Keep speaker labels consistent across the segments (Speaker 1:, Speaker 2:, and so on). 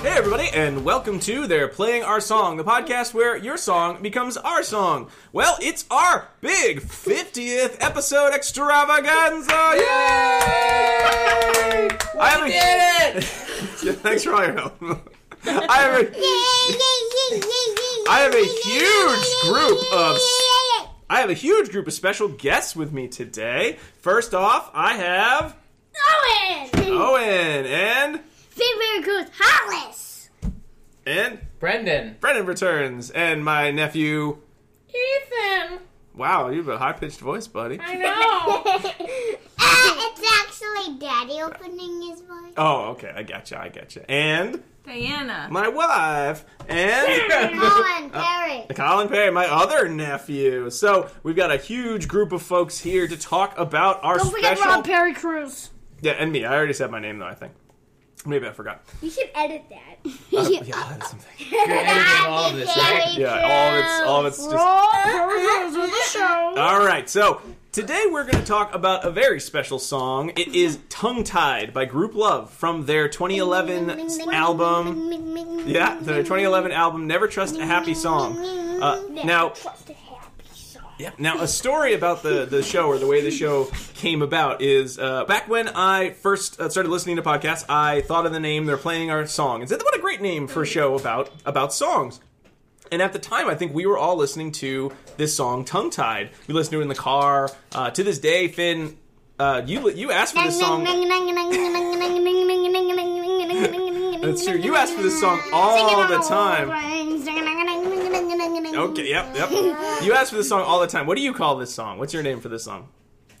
Speaker 1: Hey everybody, and welcome to They're Playing Our Song, the podcast where your song becomes our song. Well, it's our big 50th episode extravaganza! Yay! I have a- Yeah, Thanks for all your help. I have a, I have a huge group of I have a huge group of special guests with me today. First off, I have
Speaker 2: Owen!
Speaker 1: Owen and
Speaker 2: Favorite Cruz Hollis!
Speaker 1: and
Speaker 3: Brendan.
Speaker 1: Brennan returns and my nephew.
Speaker 4: Ethan,
Speaker 1: Wow, you have a high pitched voice, buddy.
Speaker 4: I know.
Speaker 2: Ah, it's actually Daddy opening his voice.
Speaker 1: Oh, okay, I gotcha, I gotcha. And
Speaker 4: Diana.
Speaker 1: my wife and
Speaker 2: Colin Perry.
Speaker 1: Colin Perry, my other nephew. So we've got a huge group of folks here to talk about our
Speaker 4: Don't forget
Speaker 1: special.
Speaker 4: Rob Perry Cruz.
Speaker 1: yeah, and me. I already said my name though. I think maybe I forgot.
Speaker 2: You should edit that.
Speaker 1: Uh, yeah, I'll add something.
Speaker 3: You're editing all of this, right?
Speaker 2: Perry
Speaker 1: Yeah, all of it's all of it's just.
Speaker 4: Rob Perry Cruz with the show.
Speaker 1: All right, so today we're going to talk about a very special song. It is Tongue Tied by Group Love from their 2011 album. Yeah, their 2011 album Never Trust a Happy Song. Uh, now-
Speaker 2: Trust a happy song.
Speaker 1: Yeah. Now, a story about the, the show or the way the show came about is uh, back when I first uh, started listening to podcasts, I thought of the name They're Playing Our Song and said, what a great name for a show about, about songs. And at the time, I think we were all listening to this song, Tongue Tied. We listened to it in the car. Uh, to this day, Finn, uh, you, you asked for this song. That's true. You asked for this song all the time. Okay, yep, yep. You asked for this song all the time. What do you call this song? What's your name for this song?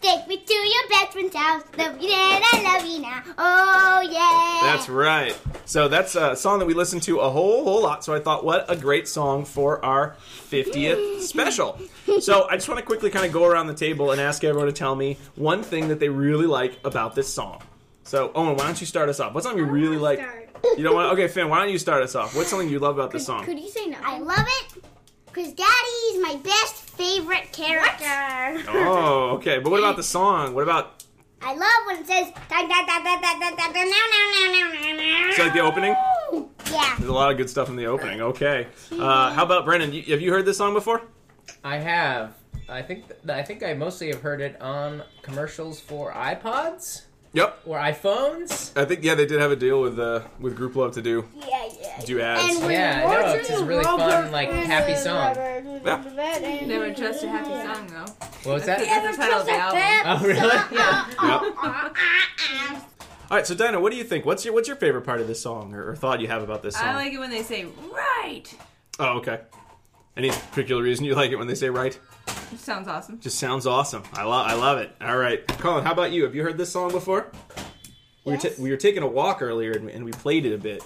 Speaker 2: Take me to your best friend's house. Love you then, I love you now. Oh yeah.
Speaker 1: That's right. So that's a song that we listened to a whole whole lot. So I thought, what a great song for our 50th special. So I just want to quickly kind of go around the table and ask everyone to tell me one thing that they really like about this song. So Owen, why don't you start us off? What's something you really like? You don't want? Okay, Finn, why don't you start us off? What's something you love about this song?
Speaker 2: you say no? I love it because Daddy's my best favorite character.
Speaker 1: Oh, okay. But what about the song? What about
Speaker 2: I love when it says da da da da da da da da now now now now now now.
Speaker 1: is that like the opening?
Speaker 2: Yeah.
Speaker 1: There's a lot of good stuff in the opening. Okay. Uh, how about Brendan? You, have you heard this song before?
Speaker 3: I have. I think th- I think I mostly have heard it on commercials for iPods
Speaker 1: Yep.
Speaker 3: or iPhones.
Speaker 1: I think yeah, they did have a deal with uh, with Group Love to do
Speaker 2: Yeah yeah.
Speaker 1: do ads.
Speaker 2: And-
Speaker 3: Yeah, I know it's just a really fun, like happy song.
Speaker 4: Never trust a happy song though.
Speaker 3: What was that?
Speaker 4: That's the title of the album.
Speaker 2: Bad
Speaker 1: Yep.
Speaker 2: song.
Speaker 3: Oh, really?
Speaker 2: Ah, ah, ah.
Speaker 1: All right, so Dinah, what do you think? What's your what's your favorite part of this song or, or thought you have about this song?
Speaker 4: I like it when they say right.
Speaker 1: oh, okay. Any particular reason you like it when they say right?
Speaker 4: Which sounds awesome.
Speaker 1: Just sounds awesome. I love I love it. All right, Colin, how about you? Have you heard this song before? We were,
Speaker 2: Yes.
Speaker 1: ta- we were taking a walk earlier and we, and we played it a bit.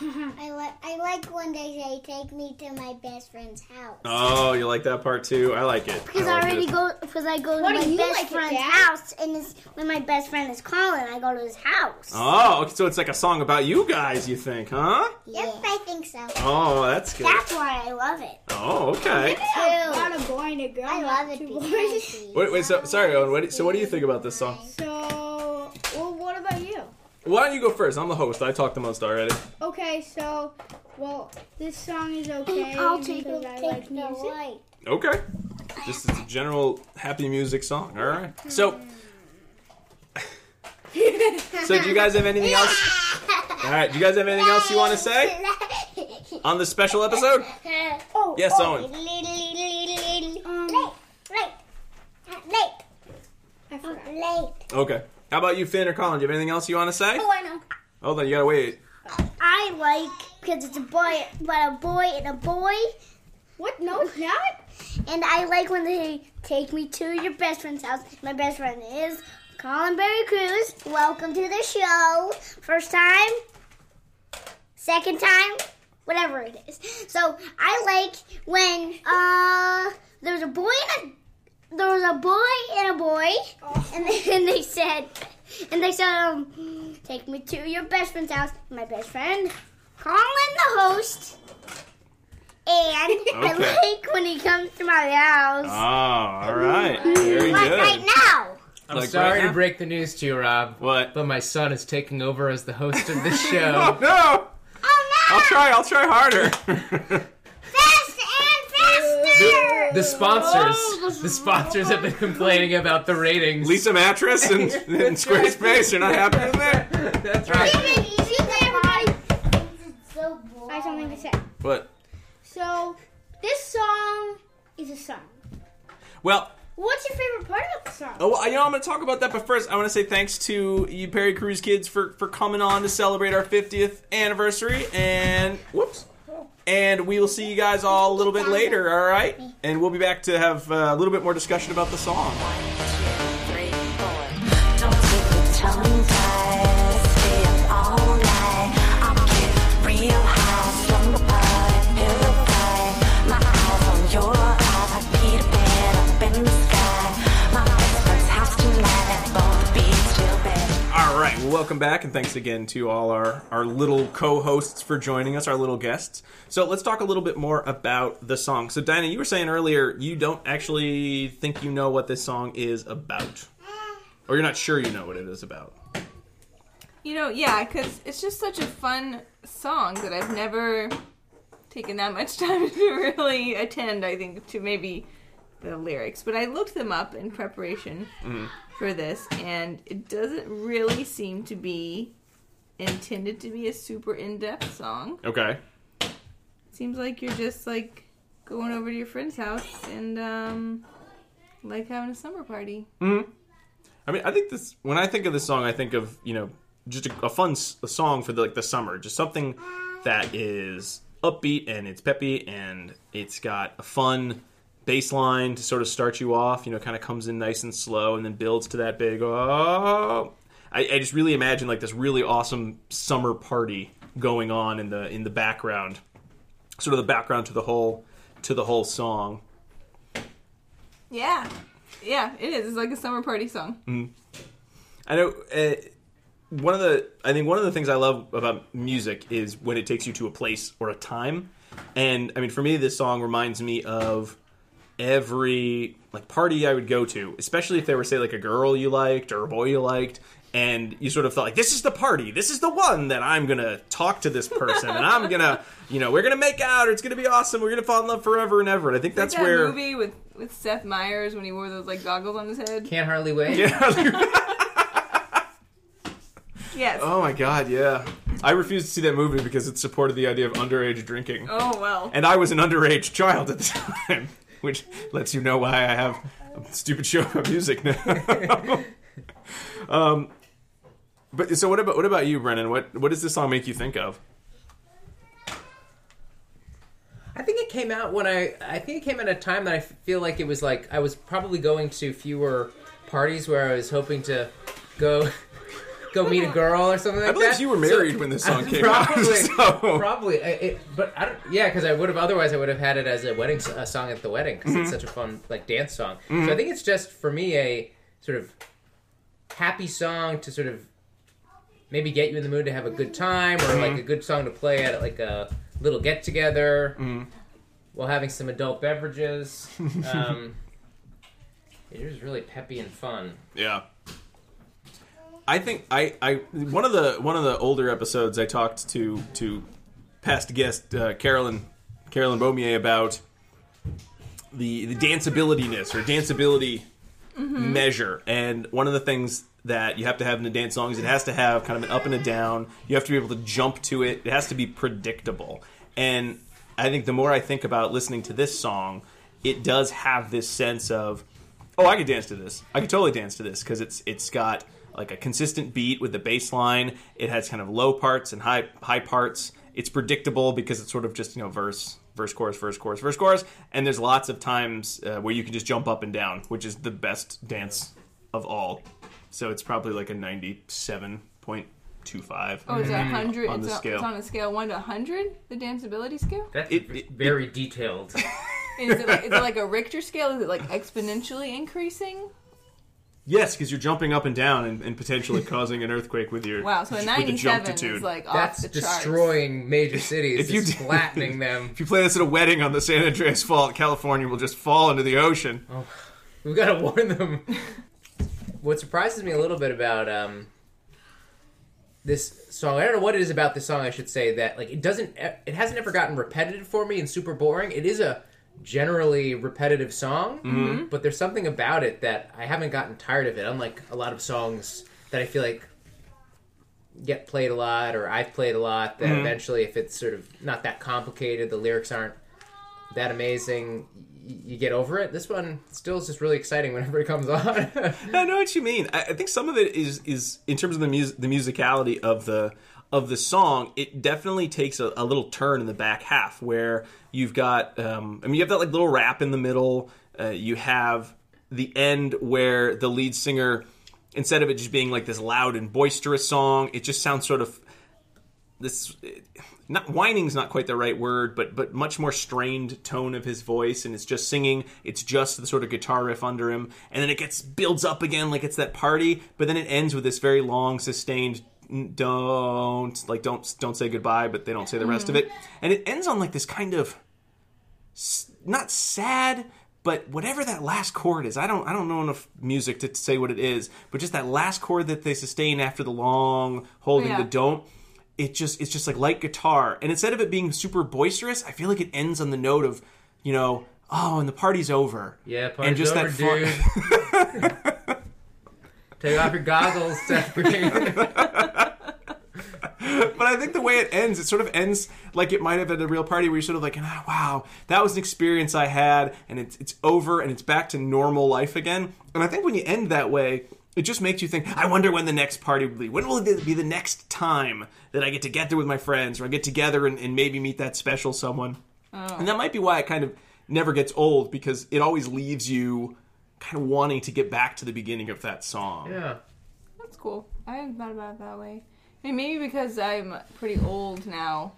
Speaker 2: I like I like when they say take me to my best friend's house.
Speaker 1: Oh, you like that part too? I like it.
Speaker 2: Because I
Speaker 1: like it.
Speaker 2: already go, because I go
Speaker 5: What
Speaker 2: to
Speaker 5: do
Speaker 2: my
Speaker 5: you
Speaker 2: best
Speaker 5: like it,
Speaker 2: friend's
Speaker 5: Dad?
Speaker 2: house, and it's, when my best friend is calling, I go to his house.
Speaker 1: Oh, okay, so it's like a song about you guys, you think, huh?
Speaker 2: Yep, I think so.
Speaker 1: Oh, that's good.
Speaker 2: That's why I love it.
Speaker 1: Oh, okay.
Speaker 5: I'm not a boy and a girl.
Speaker 2: I
Speaker 5: not
Speaker 2: love it
Speaker 5: two
Speaker 2: because
Speaker 5: boys.
Speaker 2: he-
Speaker 1: Wait, wait. So sorry, Owen. What do, so what do you think about this song?
Speaker 5: So, well, what about you?
Speaker 1: Why don't you go first? I'm the host. I talked the most already.
Speaker 5: Okay, so, well, this song is okay
Speaker 2: I'll take,
Speaker 5: because I like music.
Speaker 2: light.
Speaker 1: Okay. Just it's a general happy music song. All right. So. so do you guys have anything else? All right. Do you guys have anything else you want to say on this special episode?
Speaker 2: oh,
Speaker 1: Yes,
Speaker 2: oh.
Speaker 1: Owen.
Speaker 2: Um, late, late, Uh, late,
Speaker 5: I
Speaker 2: Uh,
Speaker 5: forgot.
Speaker 2: late.
Speaker 1: Okay. How about you, Finn or Colin? Do you have anything else you want to say?
Speaker 2: Oh, I know.
Speaker 1: Hold on. You gotta wait.
Speaker 2: I like because it's a boy, but a boy and a boy.
Speaker 5: What? No, it's not?
Speaker 2: And I like when they take me to your best friend's house. My best friend is Colin Berry Cruz. Welcome to the show. First time, second time, whatever it is. So I like when uh there's a boy and a there was a boy and a boy, and they, and they said and they said um take me to your best friend's house. My best friend, Colin the host. And I
Speaker 1: Okay.
Speaker 2: like when he comes to my house.
Speaker 1: Oh, all right. Very
Speaker 2: like right
Speaker 1: good.
Speaker 2: now.
Speaker 3: I'm
Speaker 1: Like
Speaker 3: sorry
Speaker 1: right
Speaker 3: to
Speaker 1: now?
Speaker 3: break the news to you, Rob,
Speaker 1: What?
Speaker 3: but my son is taking over as the host of this
Speaker 1: Oh
Speaker 3: show.
Speaker 1: no!
Speaker 2: Oh no!
Speaker 1: I'll try. I'll try harder.
Speaker 2: Fast and faster!
Speaker 3: The sponsors, Oh, the sponsors have been complaining about the ratings.
Speaker 1: Lisa Mattress and, and Squarespace are not happy with that.
Speaker 3: That's
Speaker 1: All
Speaker 3: right.
Speaker 1: right.
Speaker 2: So boring.
Speaker 5: I have something to say.
Speaker 1: But
Speaker 5: So, this song is a song.
Speaker 1: well,
Speaker 5: What's your favorite part about the song?
Speaker 1: Oh, well, you know, I'm going to talk about that, but first, I want to say thanks to you Perry Crews kids for, for coming on to celebrate our 50th anniversary. And whoops. And we will see you guys all a little bit later, all right? And we'll be back to have uh, a little bit more discussion about the song.
Speaker 6: Three, four. Don't take your tongue tied. Stay up all night. I'll get real high. Slumber party, pillow fight. My eyes on your eyes. I Peter Pan up in the sky. My best friend's house tonight. At both beats, feel bad.
Speaker 1: All right, well, welcome back, and thanks again to all our, our little co hosts for joining us, our little guests. So, let's talk a little bit more about the song. So, Dinah, you were saying earlier you don't actually think you know what this song is about, or you're not sure you know what it is about.
Speaker 4: You know, yeah, because it's just such a fun song that I've never taken that much time to really attend, I think, to maybe the lyrics. But I looked them up in preparation for this, and it doesn't really seem to be intended to be a super in depth song.
Speaker 1: Okay.
Speaker 4: Seems like you're just like going over to your friend's house and, um, like having a summer party.
Speaker 1: I mean, I think this. When I think of this song, I think of you know just a, a fun s- a song for the, like the summer, just something that is upbeat and it's peppy and it's got a fun bass line to sort of start you off. You know, kind of comes in nice and slow and then builds to that big oh. I, I just really imagine like this really awesome summer party going on in the in the background, sort of the background to the whole to the whole song.
Speaker 4: Yeah. Yeah, it is. It's like a summer party song.
Speaker 1: I know uh, one of the I think one of the things I love about music is when it takes you to a place or a time. And I mean, for me, this song reminds me of every like party I would go to, especially if they were say like a girl you liked or a boy you liked, and you sort of thought like this is the party, this is the one that I'm gonna talk to this person, and I'm gonna you know we're gonna make out, or it's gonna be awesome, we're gonna fall in love forever and ever. And I think that's
Speaker 4: that
Speaker 1: where
Speaker 4: movie with with Seth Meyers when he wore those like goggles on his head.
Speaker 3: Can't hardly wait.
Speaker 1: yeah.
Speaker 4: Yes. Oh,
Speaker 1: Oh my god, yeah. I refused to see that movie because it supported the idea of underage drinking.
Speaker 4: Oh, well.
Speaker 1: And I was an underage child at the time, which lets you know why I have a stupid show about music now. um, but so what about what about you, Brennan? What what does this song make you think of?
Speaker 3: I think it came out when I I think it came at a time that I feel like it was like I was probably going to fewer parties where I was hoping to go go meet a girl or something like
Speaker 1: I believe
Speaker 3: that.
Speaker 1: you were
Speaker 3: So-
Speaker 1: married when this song came
Speaker 3: probably,
Speaker 1: out. So.
Speaker 3: Probably, I- it, but I don't. Yeah, because I would have otherwise I would have had it as a wedding s- a song at the wedding because
Speaker 1: Mm-hmm.
Speaker 3: it's such a fun like dance song. So I think it's just for me a sort of happy song to sort of maybe get you in the mood to have a good time or
Speaker 1: Mm-hmm.
Speaker 3: like a good song to play at like a little get together
Speaker 1: Mm-hmm.
Speaker 3: while having some adult beverages. Um, it is really peppy and fun.
Speaker 1: Yeah. I think I, I one of the one of the older episodes I talked to to past guest uh, Carolyn Carolyn Beaumier about the the danceabilityness or danceability measure and one of the things that you have to have in a dance song is it has to have kind of an up and a down you have to be able to jump to it it has to be predictable and i think the more i think about listening to this song it does have this sense of oh i could dance to this i could totally dance to this because it's it's got like a consistent beat with the bass line it has kind of low parts and high high parts it's predictable because it's sort of just you know verse verse chorus verse chorus verse chorus and there's lots of times uh, where you can just jump up and down which is the best dance of all so it's probably like a 97.25
Speaker 4: Oh, it's a hundred.
Speaker 1: On
Speaker 4: it's,
Speaker 1: the
Speaker 4: a-
Speaker 1: scale.
Speaker 4: it's on a scale one to hundred. The danceability scale.
Speaker 3: That's
Speaker 1: It-
Speaker 3: v-
Speaker 1: it-
Speaker 3: very detailed.
Speaker 4: Is it, like, is it like a Richter scale? Is it like exponentially increasing?
Speaker 1: yes because you're jumping up and down and, and potentially causing an earthquake with your
Speaker 4: Wow. So a
Speaker 1: with the
Speaker 4: ninety-seven
Speaker 1: jumptitude.
Speaker 4: is like
Speaker 3: That's
Speaker 4: off the charts.
Speaker 3: destroying major cities.
Speaker 1: If you
Speaker 3: it's
Speaker 1: did-
Speaker 3: flattening them.
Speaker 1: if you play this at a wedding on the San Andreas Fault, California will just fall into the ocean.
Speaker 3: We've got to warn them. what surprises me a little bit about um, this song. I don't know what it is about this song. I should say that like it doesn't. e, It hasn't ever gotten repetitive for me and super boring. It is a generally repetitive song, but there's something about it that I haven't gotten tired of it. Unlike a lot of songs that I feel like get played a lot or I've played a lot. That eventually, if it's sort of not that complicated, the lyrics aren't that amazing. y- You get over it. This one still is just really exciting whenever it comes on.
Speaker 1: I know what you mean. I, I think some of it is is in terms of the mus- the musicality of the of the song. It definitely takes a, a little turn in the back half where you've got. Um, I mean, you have that like little rap in the middle. Uh, you have the end where the lead singer, instead of it just being like this loud and boisterous song, it just sounds sort of this not whining's not quite the right word but but much more strained tone of his voice and it's just singing it's just the sort of guitar riff under him and then it gets builds up again like it's that party but then it ends with this very long sustained don't like don't don't say goodbye but they don't say the rest of it and it ends on like this kind of s- not sad but whatever that last chord is i don't i don't know enough music to say what it is but just that last chord that they sustain after the long holding
Speaker 4: Yeah.
Speaker 1: the don't it just it's just like light guitar and instead of it being super boisterous i feel like it ends on the note of you know oh and the party's over
Speaker 3: Yeah,
Speaker 1: and
Speaker 3: party's
Speaker 1: just
Speaker 3: over,
Speaker 1: that fun-
Speaker 3: dude. Take off your goggles, Stephanie.
Speaker 1: but I think the way it ends, it sort of ends like it might have at a real party where you're sort of like, "Ah, wow, that was an experience I had, and it's it's over, and it's back to normal life again. And I think when you end that way, it just makes you think, I wonder when the next party will be. When will it be the next time that I get to get there with my friends, or I get together and, and maybe meet that special someone? And that might be why it kind of never gets old because it always leaves you kind of wanting to get back to the beginning of that song.
Speaker 3: yeah.
Speaker 4: That's cool. I hadn't thought about it that way. And maybe because I'm pretty old now.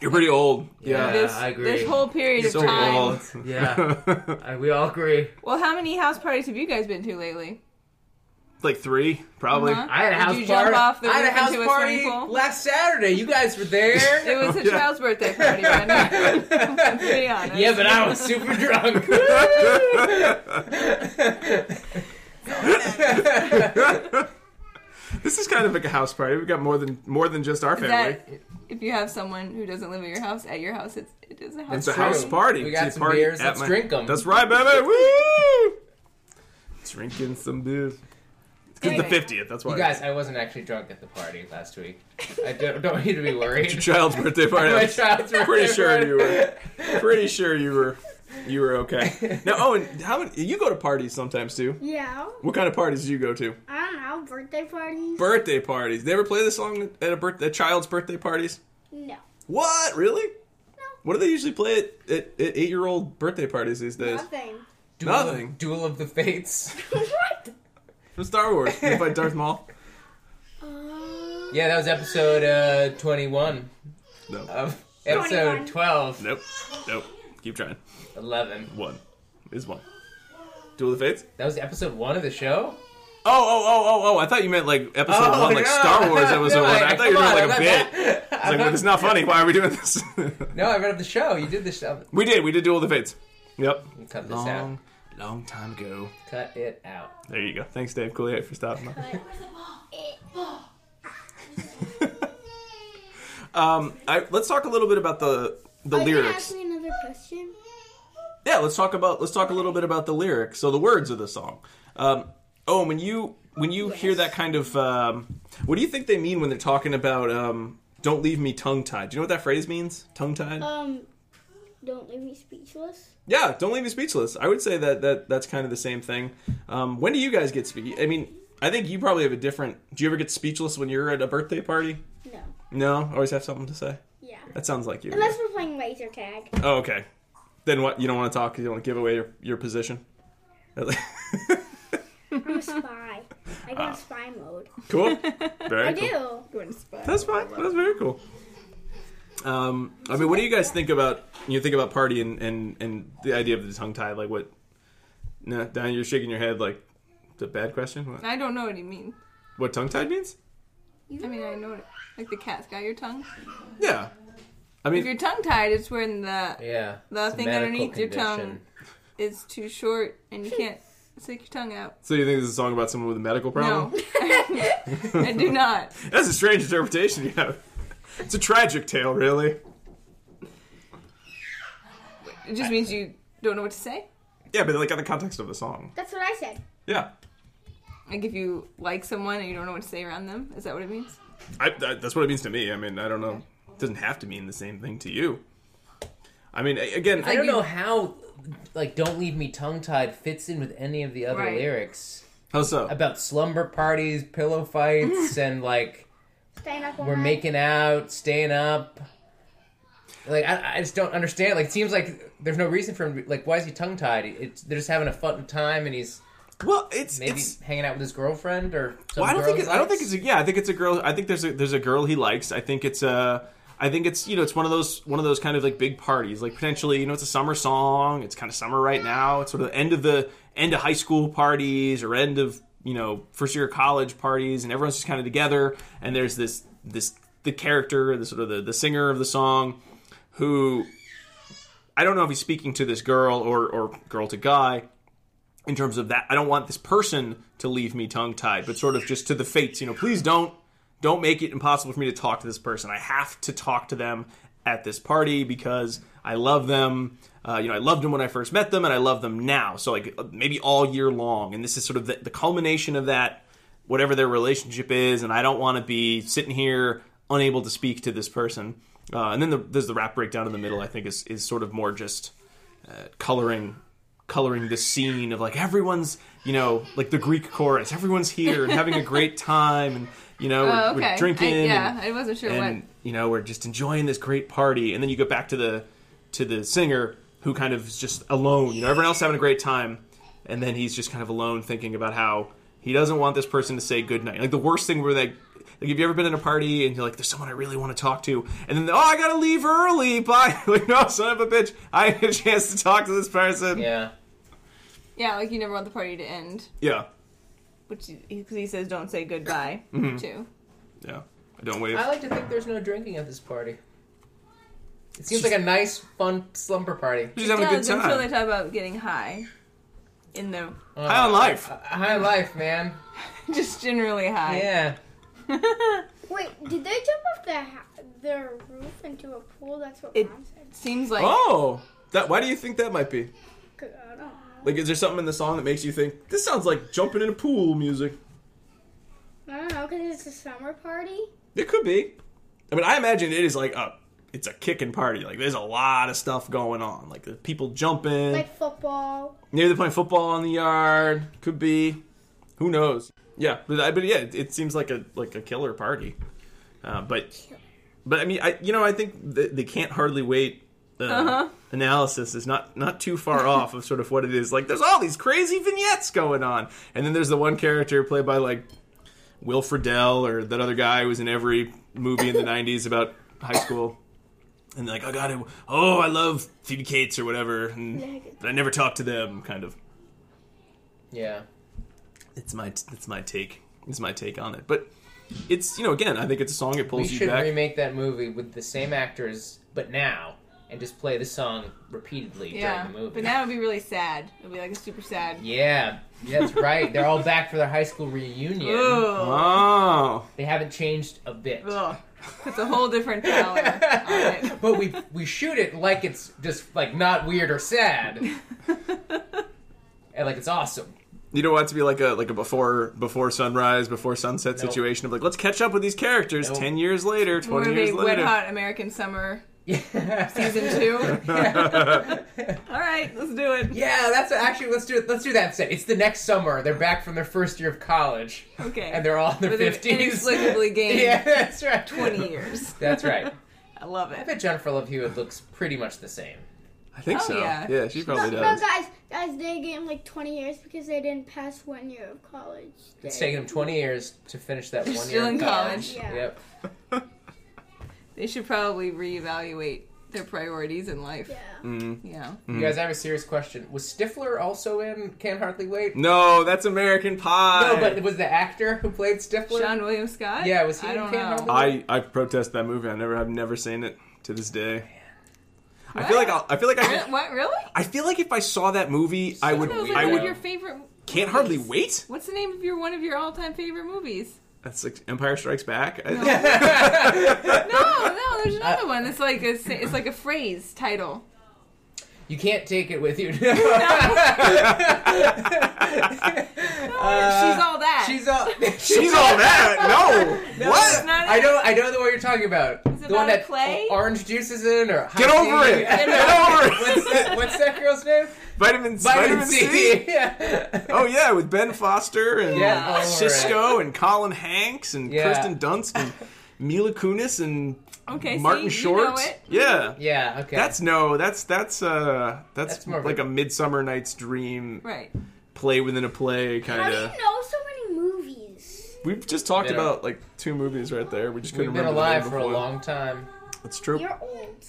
Speaker 1: You're pretty old.
Speaker 3: Yeah.
Speaker 1: Yeah.
Speaker 4: this,
Speaker 3: I agree.
Speaker 4: This whole period
Speaker 1: So
Speaker 4: of time.
Speaker 1: old.
Speaker 3: Yeah. I- we all agree.
Speaker 4: Well, how many house parties have you guys been to lately?
Speaker 1: like three, probably.
Speaker 4: Uh-huh.
Speaker 3: I had a
Speaker 4: Did
Speaker 3: house
Speaker 4: you jump
Speaker 3: party.
Speaker 4: off the
Speaker 3: I had a
Speaker 4: roof
Speaker 3: house
Speaker 4: into a
Speaker 3: party
Speaker 4: swimming pool?
Speaker 3: last Saturday. You guys were
Speaker 4: It
Speaker 3: there.
Speaker 4: was a
Speaker 1: Yeah.
Speaker 4: child's birthday party, man. I'm pretty honest.
Speaker 3: yeah, but I was super drunk.
Speaker 1: This is kind of like a house party. We've got more than more than just our
Speaker 4: Is
Speaker 1: family.
Speaker 4: that if you have someone who doesn't live at your house, at your house, it's, it is a house.
Speaker 1: It's a
Speaker 3: true.
Speaker 1: house party.
Speaker 3: We
Speaker 1: It's
Speaker 3: got
Speaker 1: a
Speaker 3: some
Speaker 1: party
Speaker 3: beers.
Speaker 1: at
Speaker 3: Let's drink 'em.
Speaker 1: That's right, baby. Woo! Drinking some beers. It's 'cause
Speaker 4: Anyway.
Speaker 1: the fiftieth. That's why.
Speaker 3: you guys, I wasn't actually drunk at the party last week. I don't, don't need to be worried.
Speaker 1: your child's birthday party.
Speaker 3: My
Speaker 1: I'm
Speaker 3: child's
Speaker 1: pretty
Speaker 3: birthday
Speaker 1: sure
Speaker 3: party.
Speaker 1: you were. Pretty sure you were. You were okay. Now, Owen, how many? You go to parties sometimes too.
Speaker 5: Yeah.
Speaker 1: What kind of parties do you go to?
Speaker 5: I don't know. Birthday parties?
Speaker 1: Birthday parties. They ever play this song at a birth, at child's birthday parties?
Speaker 5: no.
Speaker 1: What? Really? What do they usually play at, at, at eight year old birthday parties these days?
Speaker 5: Nothing.
Speaker 3: Duel,
Speaker 1: Nothing.
Speaker 3: Duel of the Fates.
Speaker 5: what?
Speaker 1: From Star Wars. You fight Darth Maul?
Speaker 5: Um,
Speaker 3: Yeah, that was episode uh, 21
Speaker 1: No.
Speaker 3: of episode
Speaker 5: 21.
Speaker 3: 12.
Speaker 1: Nope. Nope. Keep trying.
Speaker 3: 11.
Speaker 1: One is one. Duel of the Fates?
Speaker 3: That was episode one of the show.
Speaker 1: Oh, oh, oh, oh, oh. I thought you meant like episode one,
Speaker 3: Oh,
Speaker 1: like
Speaker 3: no.
Speaker 1: Star Wars episode
Speaker 3: No,
Speaker 1: one. I, thought you were
Speaker 3: come
Speaker 1: doing
Speaker 3: on,
Speaker 1: like a
Speaker 3: I'm
Speaker 1: bit.
Speaker 3: not-
Speaker 1: I was like, it's not funny. Why are we doing this?
Speaker 3: No, I read up the show. You did the show.
Speaker 1: we did. We did Duel of the Fates. Yep.
Speaker 3: Cut this out.
Speaker 1: Long, long time ago.
Speaker 3: Cut it out.
Speaker 1: There you go. Thanks, Dave Coulier, for stopping by. um, I, let's talk a little bit about the the
Speaker 5: Are you gonna
Speaker 1: lyrics.
Speaker 5: ask me another question?
Speaker 1: Yeah, let's talk about let's talk a little bit about the lyrics. So the words of the song. Um, oh, and when you when you hear that kind of, um, what do you think they mean when they're talking about um, "Don't leave me tongue tied"? Do you know what that phrase means? Tongue tied.
Speaker 5: Um, don't leave me speechless.
Speaker 1: yeah, don't leave me speechless. I would say that that that's kind of the same thing. Um, when do you guys get speech? I mean, I think you probably have a different. Do you ever get speechless when you're at a birthday party?
Speaker 5: No.
Speaker 1: No, always have something to say.
Speaker 5: Yeah.
Speaker 1: That sounds like you.
Speaker 5: Unless we're playing laser tag.
Speaker 1: Oh, okay. Then what? You don't want to talk? You don't want to give away your, your position?
Speaker 5: I'm a spy. I go in spy mode.
Speaker 1: cool. Very
Speaker 5: I
Speaker 1: cool.
Speaker 5: do.
Speaker 4: Going to spy.
Speaker 1: That's fine. That's very cool. Um, I mean, what do you guys think about you think about party and and, and the idea of the tongue tie? Like what? No, Diane, you're shaking your head. Like it's a bad question. What,
Speaker 4: I don't know what you mean.
Speaker 1: what tongue tied means?
Speaker 4: I mean, I know it. Like the cat's got your tongue.
Speaker 1: Yeah. I
Speaker 4: If
Speaker 1: mean,
Speaker 4: you're tongue tied, it's when the
Speaker 3: Yeah.
Speaker 4: The
Speaker 3: it's a
Speaker 4: thing
Speaker 3: medical
Speaker 4: underneath your
Speaker 3: condition.
Speaker 4: tongue. is too short and you can't Stick your tongue out.
Speaker 1: So you think this is a song about someone with a medical problem?
Speaker 4: No, I do not.
Speaker 1: That's a strange interpretation you have. It's a tragic tale, really.
Speaker 4: It just means you don't know what to say.
Speaker 1: Yeah, but like in the context of the song.
Speaker 5: That's what I said.
Speaker 1: Yeah,
Speaker 4: Like if you like someone and you don't know what to say around them, is that what it means?
Speaker 1: I, I, that's what it means to me. I mean, I don't know. It doesn't have to mean the same thing to you. I mean, a- again,
Speaker 3: I don't
Speaker 4: you-
Speaker 3: know how, like, "Don't Leave Me Tongue Tied" fits in with any of the other
Speaker 4: Right.
Speaker 3: lyrics
Speaker 1: how so?
Speaker 3: about slumber parties, pillow fights, and like
Speaker 5: Staying up all
Speaker 3: we're
Speaker 5: night.
Speaker 3: making out, staying up. Like I, I just don't understand. Like it seems like there's no reason for him. Like why is he tongue tied? It's they're just having a fun time, and he's
Speaker 1: well, it's
Speaker 3: maybe
Speaker 1: it's.
Speaker 3: hanging out with his girlfriend or. Some
Speaker 1: Well, I don't
Speaker 3: girl
Speaker 1: think
Speaker 3: he
Speaker 1: it's, I don't
Speaker 3: likes.
Speaker 1: think it's a, yeah. I think it's a girl. I think there's a there's a girl he likes. I think it's a. I think it's you know it's one of those one of those kind of like big parties like potentially you know it's a summer song it's kind of summer right now it's sort of the end of the end of high school parties or end of you know first year of college parties and everyone's just kind of together and there's this this the character the sort of the, the singer of the song who I don't know if he's speaking to this girl or or girl to guy in terms of that. I don't want this person to leave me tongue tied, but sort of just to the fates, you know, please don't don't make it impossible for me to talk to this person. I have to talk to them at this party because I love them. Uh, you know, I loved them when I first met them, and I love them now. So like uh, maybe all year long, and this is sort of the, the culmination of that whatever their relationship is, and I don't want to be sitting here unable to speak to this person. Uh, and then the, there's the rap breakdown in the middle. I think is is sort of more just uh, coloring coloring the scene of like everyone's you know like the Greek chorus, everyone's here and having a great time, and you know we're,
Speaker 4: Oh,
Speaker 1: we're
Speaker 4: okay. I-
Speaker 1: drinking,
Speaker 4: yeah,
Speaker 1: and,
Speaker 4: I wasn't sure
Speaker 1: and you know we're just enjoying this great party. And then you go back to the to the singer who kind of is just alone. You know everyone else having a great time, and then he's just kind of alone thinking about how he doesn't want this person to say goodnight. Like the worst thing where they like have you ever been in a party and you're like, there's someone I really want to talk to, and then oh I gotta leave early, bye. like no son of a bitch, I had a chance to talk to this person.
Speaker 3: Yeah.
Speaker 4: what. Yeah, like you never want the party to end,
Speaker 1: yeah,
Speaker 4: which he, 'cause he says don't say goodbye
Speaker 1: Mm-hmm.
Speaker 4: too.
Speaker 1: yeah. I don't wait.
Speaker 3: I like to think there's no drinking at this party. It seems like a nice, fun slumber party.
Speaker 1: Just having a good
Speaker 4: Does until they
Speaker 1: time.
Speaker 4: talk about getting high, in the
Speaker 1: High on life.
Speaker 3: Uh, high life, man.
Speaker 4: just generally high.
Speaker 3: Yeah.
Speaker 5: Wait, did they jump off the ha- their roof into a pool? That's what
Speaker 4: It-
Speaker 5: mom said.
Speaker 4: Seems like
Speaker 1: Oh, that. Why do you think that might be?
Speaker 5: 'Cause I don't know.
Speaker 1: Like, is there something in the song that makes you think this sounds like jumping in a pool music?
Speaker 5: I don't know because it's a summer party.
Speaker 1: It could be. I mean, I imagine it is like a, it's a kicking party. Like, there's a lot of stuff going on. Like, the people jumping.
Speaker 5: Like football.
Speaker 1: Maybe they're playing football in the yard. Could be. Who knows? Yeah, but, I- but yeah, it, it seems like a like a killer party. Uh, but but I mean, I you know, I think the, the can't hardly wait uh, analysis is not not too far off of sort of what it is. Like, there's all these crazy vignettes going on, and then there's the one character played by like Will Friedle or that other guy who was in every movie in the '90s about high school. And they're like, I got it. Oh, I love Phoebe Cates or whatever. And, but I never talk to them, kind of.
Speaker 3: Yeah.
Speaker 1: It's my it's my take. It's my take on it. But it's you know again, I think it's a song. It
Speaker 3: We
Speaker 1: pulls you
Speaker 3: should
Speaker 1: back.
Speaker 3: remake that movie with the same actors, but now, and just play the song repeatedly
Speaker 4: yeah.
Speaker 3: during the movie.
Speaker 4: But now it'd be really sad. It'd be like a super sad.
Speaker 3: Yeah, that's right. They're all back for their high school reunion.
Speaker 4: Ooh.
Speaker 1: oh,
Speaker 3: They haven't changed a bit.
Speaker 4: Ugh. It's a whole different color on it.
Speaker 3: but we we shoot it like it's just like not weird or sad, and like it's awesome.
Speaker 1: you don't want it to be like a like a before before sunrise, before sunset
Speaker 3: Nope.
Speaker 1: situation of like let's catch up with these characters
Speaker 3: Nope.
Speaker 1: ten years later,
Speaker 4: Or
Speaker 1: twenty
Speaker 4: maybe
Speaker 1: years
Speaker 4: Wet
Speaker 1: later.
Speaker 4: Hot American Summer
Speaker 3: yeah,
Speaker 4: season two. All right, let's do it.
Speaker 3: that's actually let's do it. Let's do that set. It's the next summer. They're back from their first year of college,
Speaker 4: Okay.
Speaker 3: and they're all in their
Speaker 4: But they've
Speaker 3: fifties.
Speaker 4: inexplicably gained
Speaker 3: yeah, that's right.
Speaker 4: 20 years.
Speaker 3: That's right.
Speaker 4: I love
Speaker 3: I
Speaker 4: it.
Speaker 3: bet Jennifer Love Hewitt looks pretty much the same.
Speaker 1: I think
Speaker 4: Oh,
Speaker 1: so.
Speaker 4: yeah.
Speaker 1: she probably
Speaker 5: no,
Speaker 1: does.
Speaker 5: no, guys, guys, they gave him like 20 years because they didn't pass one year of college.
Speaker 3: It's taken them 20 years to finish that
Speaker 4: They're
Speaker 3: one
Speaker 4: still
Speaker 3: year
Speaker 4: in
Speaker 3: of college.
Speaker 4: college.
Speaker 5: Yeah.
Speaker 3: Yep.
Speaker 4: They should probably reevaluate their priorities in life.
Speaker 5: Yeah.
Speaker 1: Mm,
Speaker 4: Yeah.
Speaker 3: You guys, I have a serious question. Was Stifler also in Can't Hardly Wait?
Speaker 1: No, that's American Pie.
Speaker 3: No, but was the actor who played Stifler?
Speaker 4: Sean William Scott?
Speaker 3: Yeah, was he
Speaker 4: I
Speaker 3: in
Speaker 4: don't
Speaker 3: Can't
Speaker 4: know.
Speaker 3: Hardly-
Speaker 1: I I protest that movie. I never I've never seen it to this day. I feel like
Speaker 4: What?
Speaker 1: I'll, I feel like I
Speaker 4: Re- Uh, What, really?
Speaker 1: I feel like if I saw that movie, I would
Speaker 4: That was
Speaker 3: We
Speaker 4: like
Speaker 1: I
Speaker 4: one of
Speaker 1: would
Speaker 4: your favorite
Speaker 1: Can't hardly wait.
Speaker 4: What's the name of your one of your all time favorite movies?
Speaker 1: That's like Empire Strikes Back. I-
Speaker 4: No,
Speaker 1: Uh,
Speaker 4: Oh, no, there's another one. It's like a sa- it's like a phrase title.
Speaker 3: You can't take it with you.
Speaker 4: Oh,
Speaker 1: uh,
Speaker 4: she's all that.
Speaker 3: Uh, She's all.
Speaker 1: She's all that. No.
Speaker 4: It's
Speaker 1: what?
Speaker 4: not
Speaker 3: I
Speaker 4: it.
Speaker 3: know. I know the one you're talking about. the
Speaker 4: about
Speaker 3: one
Speaker 4: a
Speaker 3: that
Speaker 4: play?
Speaker 3: orange juice is in, or
Speaker 1: Get
Speaker 3: high
Speaker 1: over
Speaker 3: tea.
Speaker 1: it. Get over it.
Speaker 3: What's that, what's that girl's name?
Speaker 1: Vitamin,
Speaker 3: Vitamin
Speaker 1: C.
Speaker 3: C. Yeah.
Speaker 1: Oh yeah, with Ben Foster and
Speaker 3: Yeah, all right.
Speaker 1: Cisco and Colin Hanks and
Speaker 3: Yeah.
Speaker 1: Kristen Dunst and Mila Kunis and
Speaker 4: okay,
Speaker 1: Martin
Speaker 4: see,
Speaker 1: Short.
Speaker 4: You know it.
Speaker 1: Yeah.
Speaker 3: Yeah. Okay.
Speaker 1: That's no, that's that's uh that's,
Speaker 3: That's more of
Speaker 1: like
Speaker 3: a-
Speaker 1: a Midsummer Night's Dream
Speaker 4: Right.
Speaker 1: play within a play
Speaker 5: How
Speaker 1: kind
Speaker 5: do you
Speaker 1: of.
Speaker 5: know so many movies?
Speaker 1: We've just talked
Speaker 3: Been a-
Speaker 1: about like two movies right there. We just couldn't
Speaker 3: We've been
Speaker 1: remember the name
Speaker 3: alive for a
Speaker 1: before.
Speaker 3: long time.
Speaker 1: That's true.
Speaker 5: You're old.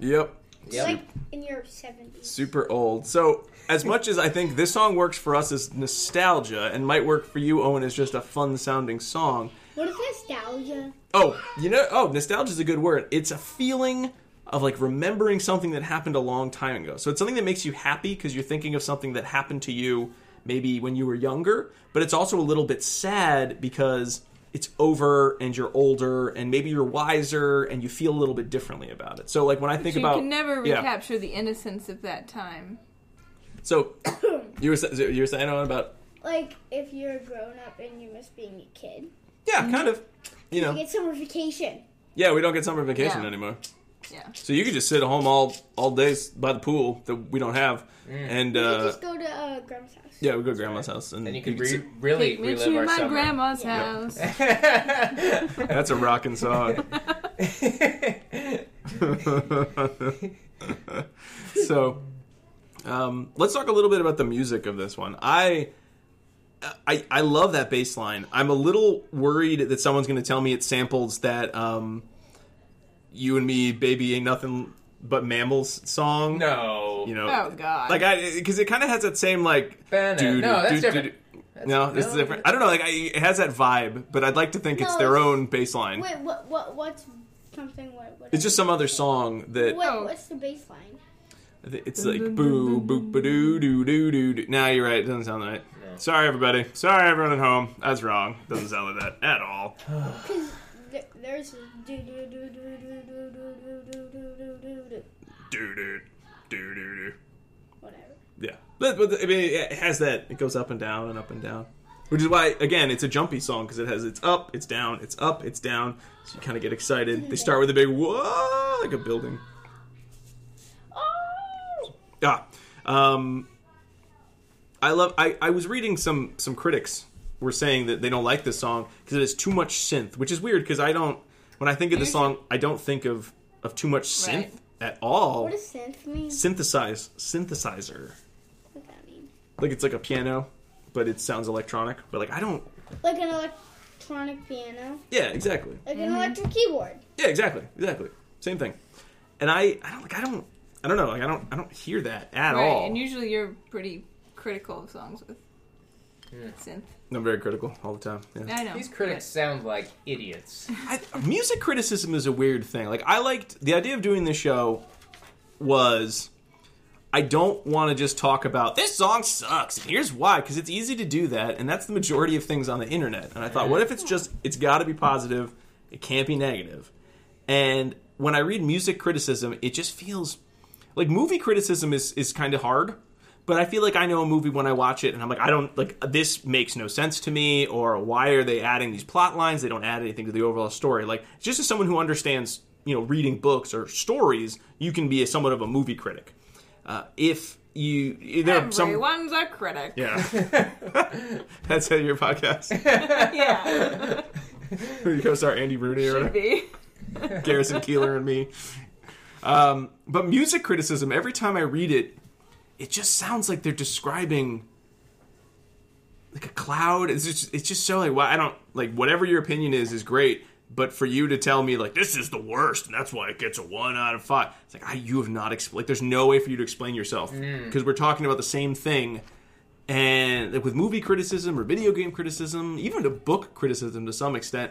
Speaker 1: Yep.
Speaker 3: Yep.
Speaker 5: Like in your 70s.
Speaker 1: Super old. So, as much as I think this song works for us as nostalgia and might work for you, Owen, as just a fun sounding song.
Speaker 5: What is nostalgia?
Speaker 1: Oh, you know, oh, nostalgia is a good word. It's a feeling of like remembering something that happened a long time ago. So, it's something that makes you happy because you're thinking of something that happened to you maybe when you were younger, but it's also a little bit sad because it's over and you're older and maybe you're wiser and you feel a little bit differently about it. So, like when I think
Speaker 4: you
Speaker 1: about.
Speaker 4: can never
Speaker 1: yeah.
Speaker 4: recapture the innocence of that time.
Speaker 1: So, you were, sa- you were saying Owen, about.
Speaker 5: Like if you're a grown up and you miss being a kid.
Speaker 1: Yeah, kind of. You know,
Speaker 5: You get summer vacation.
Speaker 1: Mm-hmm. yeah, we don't get summer vacation
Speaker 4: Yeah.
Speaker 1: anymore.
Speaker 4: Yeah.
Speaker 1: So you could just sit at home all all days by the pool that we don't have, and
Speaker 5: You
Speaker 1: uh,
Speaker 5: just go to uh, grandma's house.
Speaker 1: yeah, we go to grandma's house, and,
Speaker 3: And you could
Speaker 1: could
Speaker 3: re-
Speaker 1: sit-
Speaker 3: really
Speaker 4: Take me
Speaker 3: relive
Speaker 4: to
Speaker 3: our
Speaker 4: my
Speaker 3: summer.
Speaker 4: grandma's house.
Speaker 1: That's a rocking song. so, um, let's talk a little bit about the music of this one. I. I, I love that bass line. I'm a little worried that someone's going to tell me it samples that um, "You and Me, Baby, Ain't Nothing But Mammals" song.
Speaker 3: no.
Speaker 1: you know,
Speaker 4: Oh God.
Speaker 1: like I because it kind of has that same like
Speaker 3: Banana.
Speaker 1: doo-
Speaker 3: No, that's
Speaker 1: doo-
Speaker 3: different.
Speaker 1: doo- doo- no, this is
Speaker 3: no.
Speaker 1: different. I don't know. Like I, it has that vibe, but I'd like to think it's
Speaker 5: No,
Speaker 1: their
Speaker 5: it's-
Speaker 1: own bass line.
Speaker 5: Wait, what? What? What's something? What? what
Speaker 1: It's just some other song that
Speaker 5: What,
Speaker 4: Oh.
Speaker 5: What's the baseline?
Speaker 1: it's like boo boop ba doo doo doo doo doo. Nah, you're right. It doesn't sound right. Sorry, everybody. Sorry, everyone at home. That's wrong. Doesn't sound like that at all.
Speaker 5: Because there's do do do do do do do do do do do do do
Speaker 1: Doo doo doo doo doo.
Speaker 5: whatever.
Speaker 1: Yeah, but, but I mean, it has that. It goes up and down and up and down, which is why again it's a jumpy song because it has it's up, it's down, it's up, it's down. So you kind of get excited. They start with a big whoa, like a building.
Speaker 5: Oh,
Speaker 1: Ah, um, I love. I, I was reading some some critics were saying that they don't like this song because it has too much synth, which is weird because I don't. When I think of this song, I don't think of of too much synth
Speaker 4: Right.
Speaker 1: at all.
Speaker 5: what does synth mean?
Speaker 1: synthesize synthesizer?
Speaker 5: What does that mean?
Speaker 1: Like it's like a piano, but it sounds electronic. But like I don't.
Speaker 5: Like an electronic piano,
Speaker 1: Yeah, exactly.
Speaker 5: like an electric keyboard.
Speaker 1: Yeah, exactly, exactly. Same thing. And I, I don't like. I don't. I don't know. Like I don't. I don't hear that at
Speaker 4: right.
Speaker 1: all.
Speaker 4: And usually you're pretty critical of songs with
Speaker 3: Hmm.
Speaker 4: synth.
Speaker 1: I'm very critical all the time. Yeah.
Speaker 4: I know.
Speaker 3: These critics sound like idiots.
Speaker 1: I, music criticism is a weird thing. Like I liked the idea of doing this show was I don't want to just talk about this song sucks and here's why because it's easy to do that and that's the majority of things on the internet. And I thought what if it's just it's got to be positive, it can't be negative. And when I read music criticism, it just feels like movie criticism is is kind of hard but I feel like I know a movie when I watch it, and I'm like, I don't like this makes no sense to me, or why are they adding these plot lines? They don't add anything to the overall story. Like, just as someone who understands, you know, reading books or stories, you can be a, somewhat of a movie critic. Uh, if you, there are some,
Speaker 4: Everyone's a critic.
Speaker 1: yeah, that's how your podcast.
Speaker 4: Yeah,
Speaker 1: Your co-star Andy Rooney or
Speaker 4: should
Speaker 1: whatever.
Speaker 4: be.
Speaker 1: Garrison Keeler and me. Um, but music criticism, every time I read it, it just sounds like they're describing like a cloud. It's just, it's just so like, well, I don't like whatever your opinion is is great, but for you to tell me like this is the worst and that's why it gets a one out of five, it's like I, you have not explained. Like, there's no way for you to explain yourself because we're talking about the same thing. And like, with movie criticism or video game criticism, even to book criticism to some extent,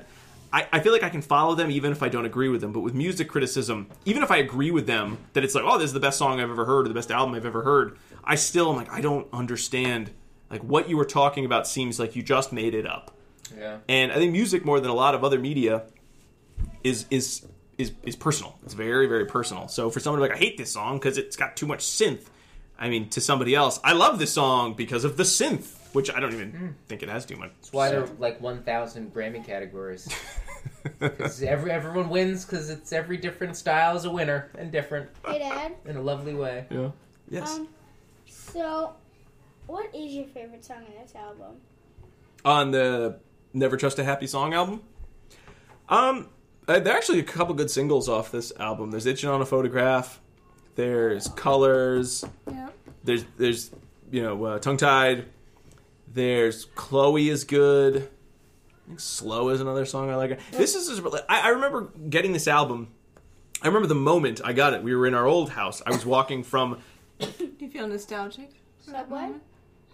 Speaker 1: I, I feel like I can follow them even if I don't agree with them. But with music criticism, even if I agree with them that it's like, oh, this is the best song I've ever heard or the best album I've ever heard, I still am like, I don't understand like what you were talking about seems like you just made it up.
Speaker 3: Yeah.
Speaker 1: And I think music more than a lot of other media is is is is personal. It's very very personal. So for someone to be like I hate this song because it's got too much synth, I mean to somebody else I love this song because of the synth, which I don't even think it has too much.
Speaker 3: That's why there are like 1,000 Grammy categories. 'Cause every, everyone wins because it's every different style is a winner and different
Speaker 5: Hey, Dad.
Speaker 3: in a lovely way.
Speaker 1: Yeah. Yes.
Speaker 5: Um, so, what is your favorite song in this album?
Speaker 1: on the Never Trust a Happy Song album. Um, uh, there are actually a couple good singles off this album. There's "Itching on a Photograph." There's "Colors."
Speaker 4: Yeah.
Speaker 1: There's there's you know uh, "Tongue Tied." There's "Chloe is Good." I think "Slow" is another song I like. This is just, I, I remember getting this album. I remember the moment I got it. We were in our old house. I was walking from
Speaker 4: Do you feel nostalgic?
Speaker 5: Subway?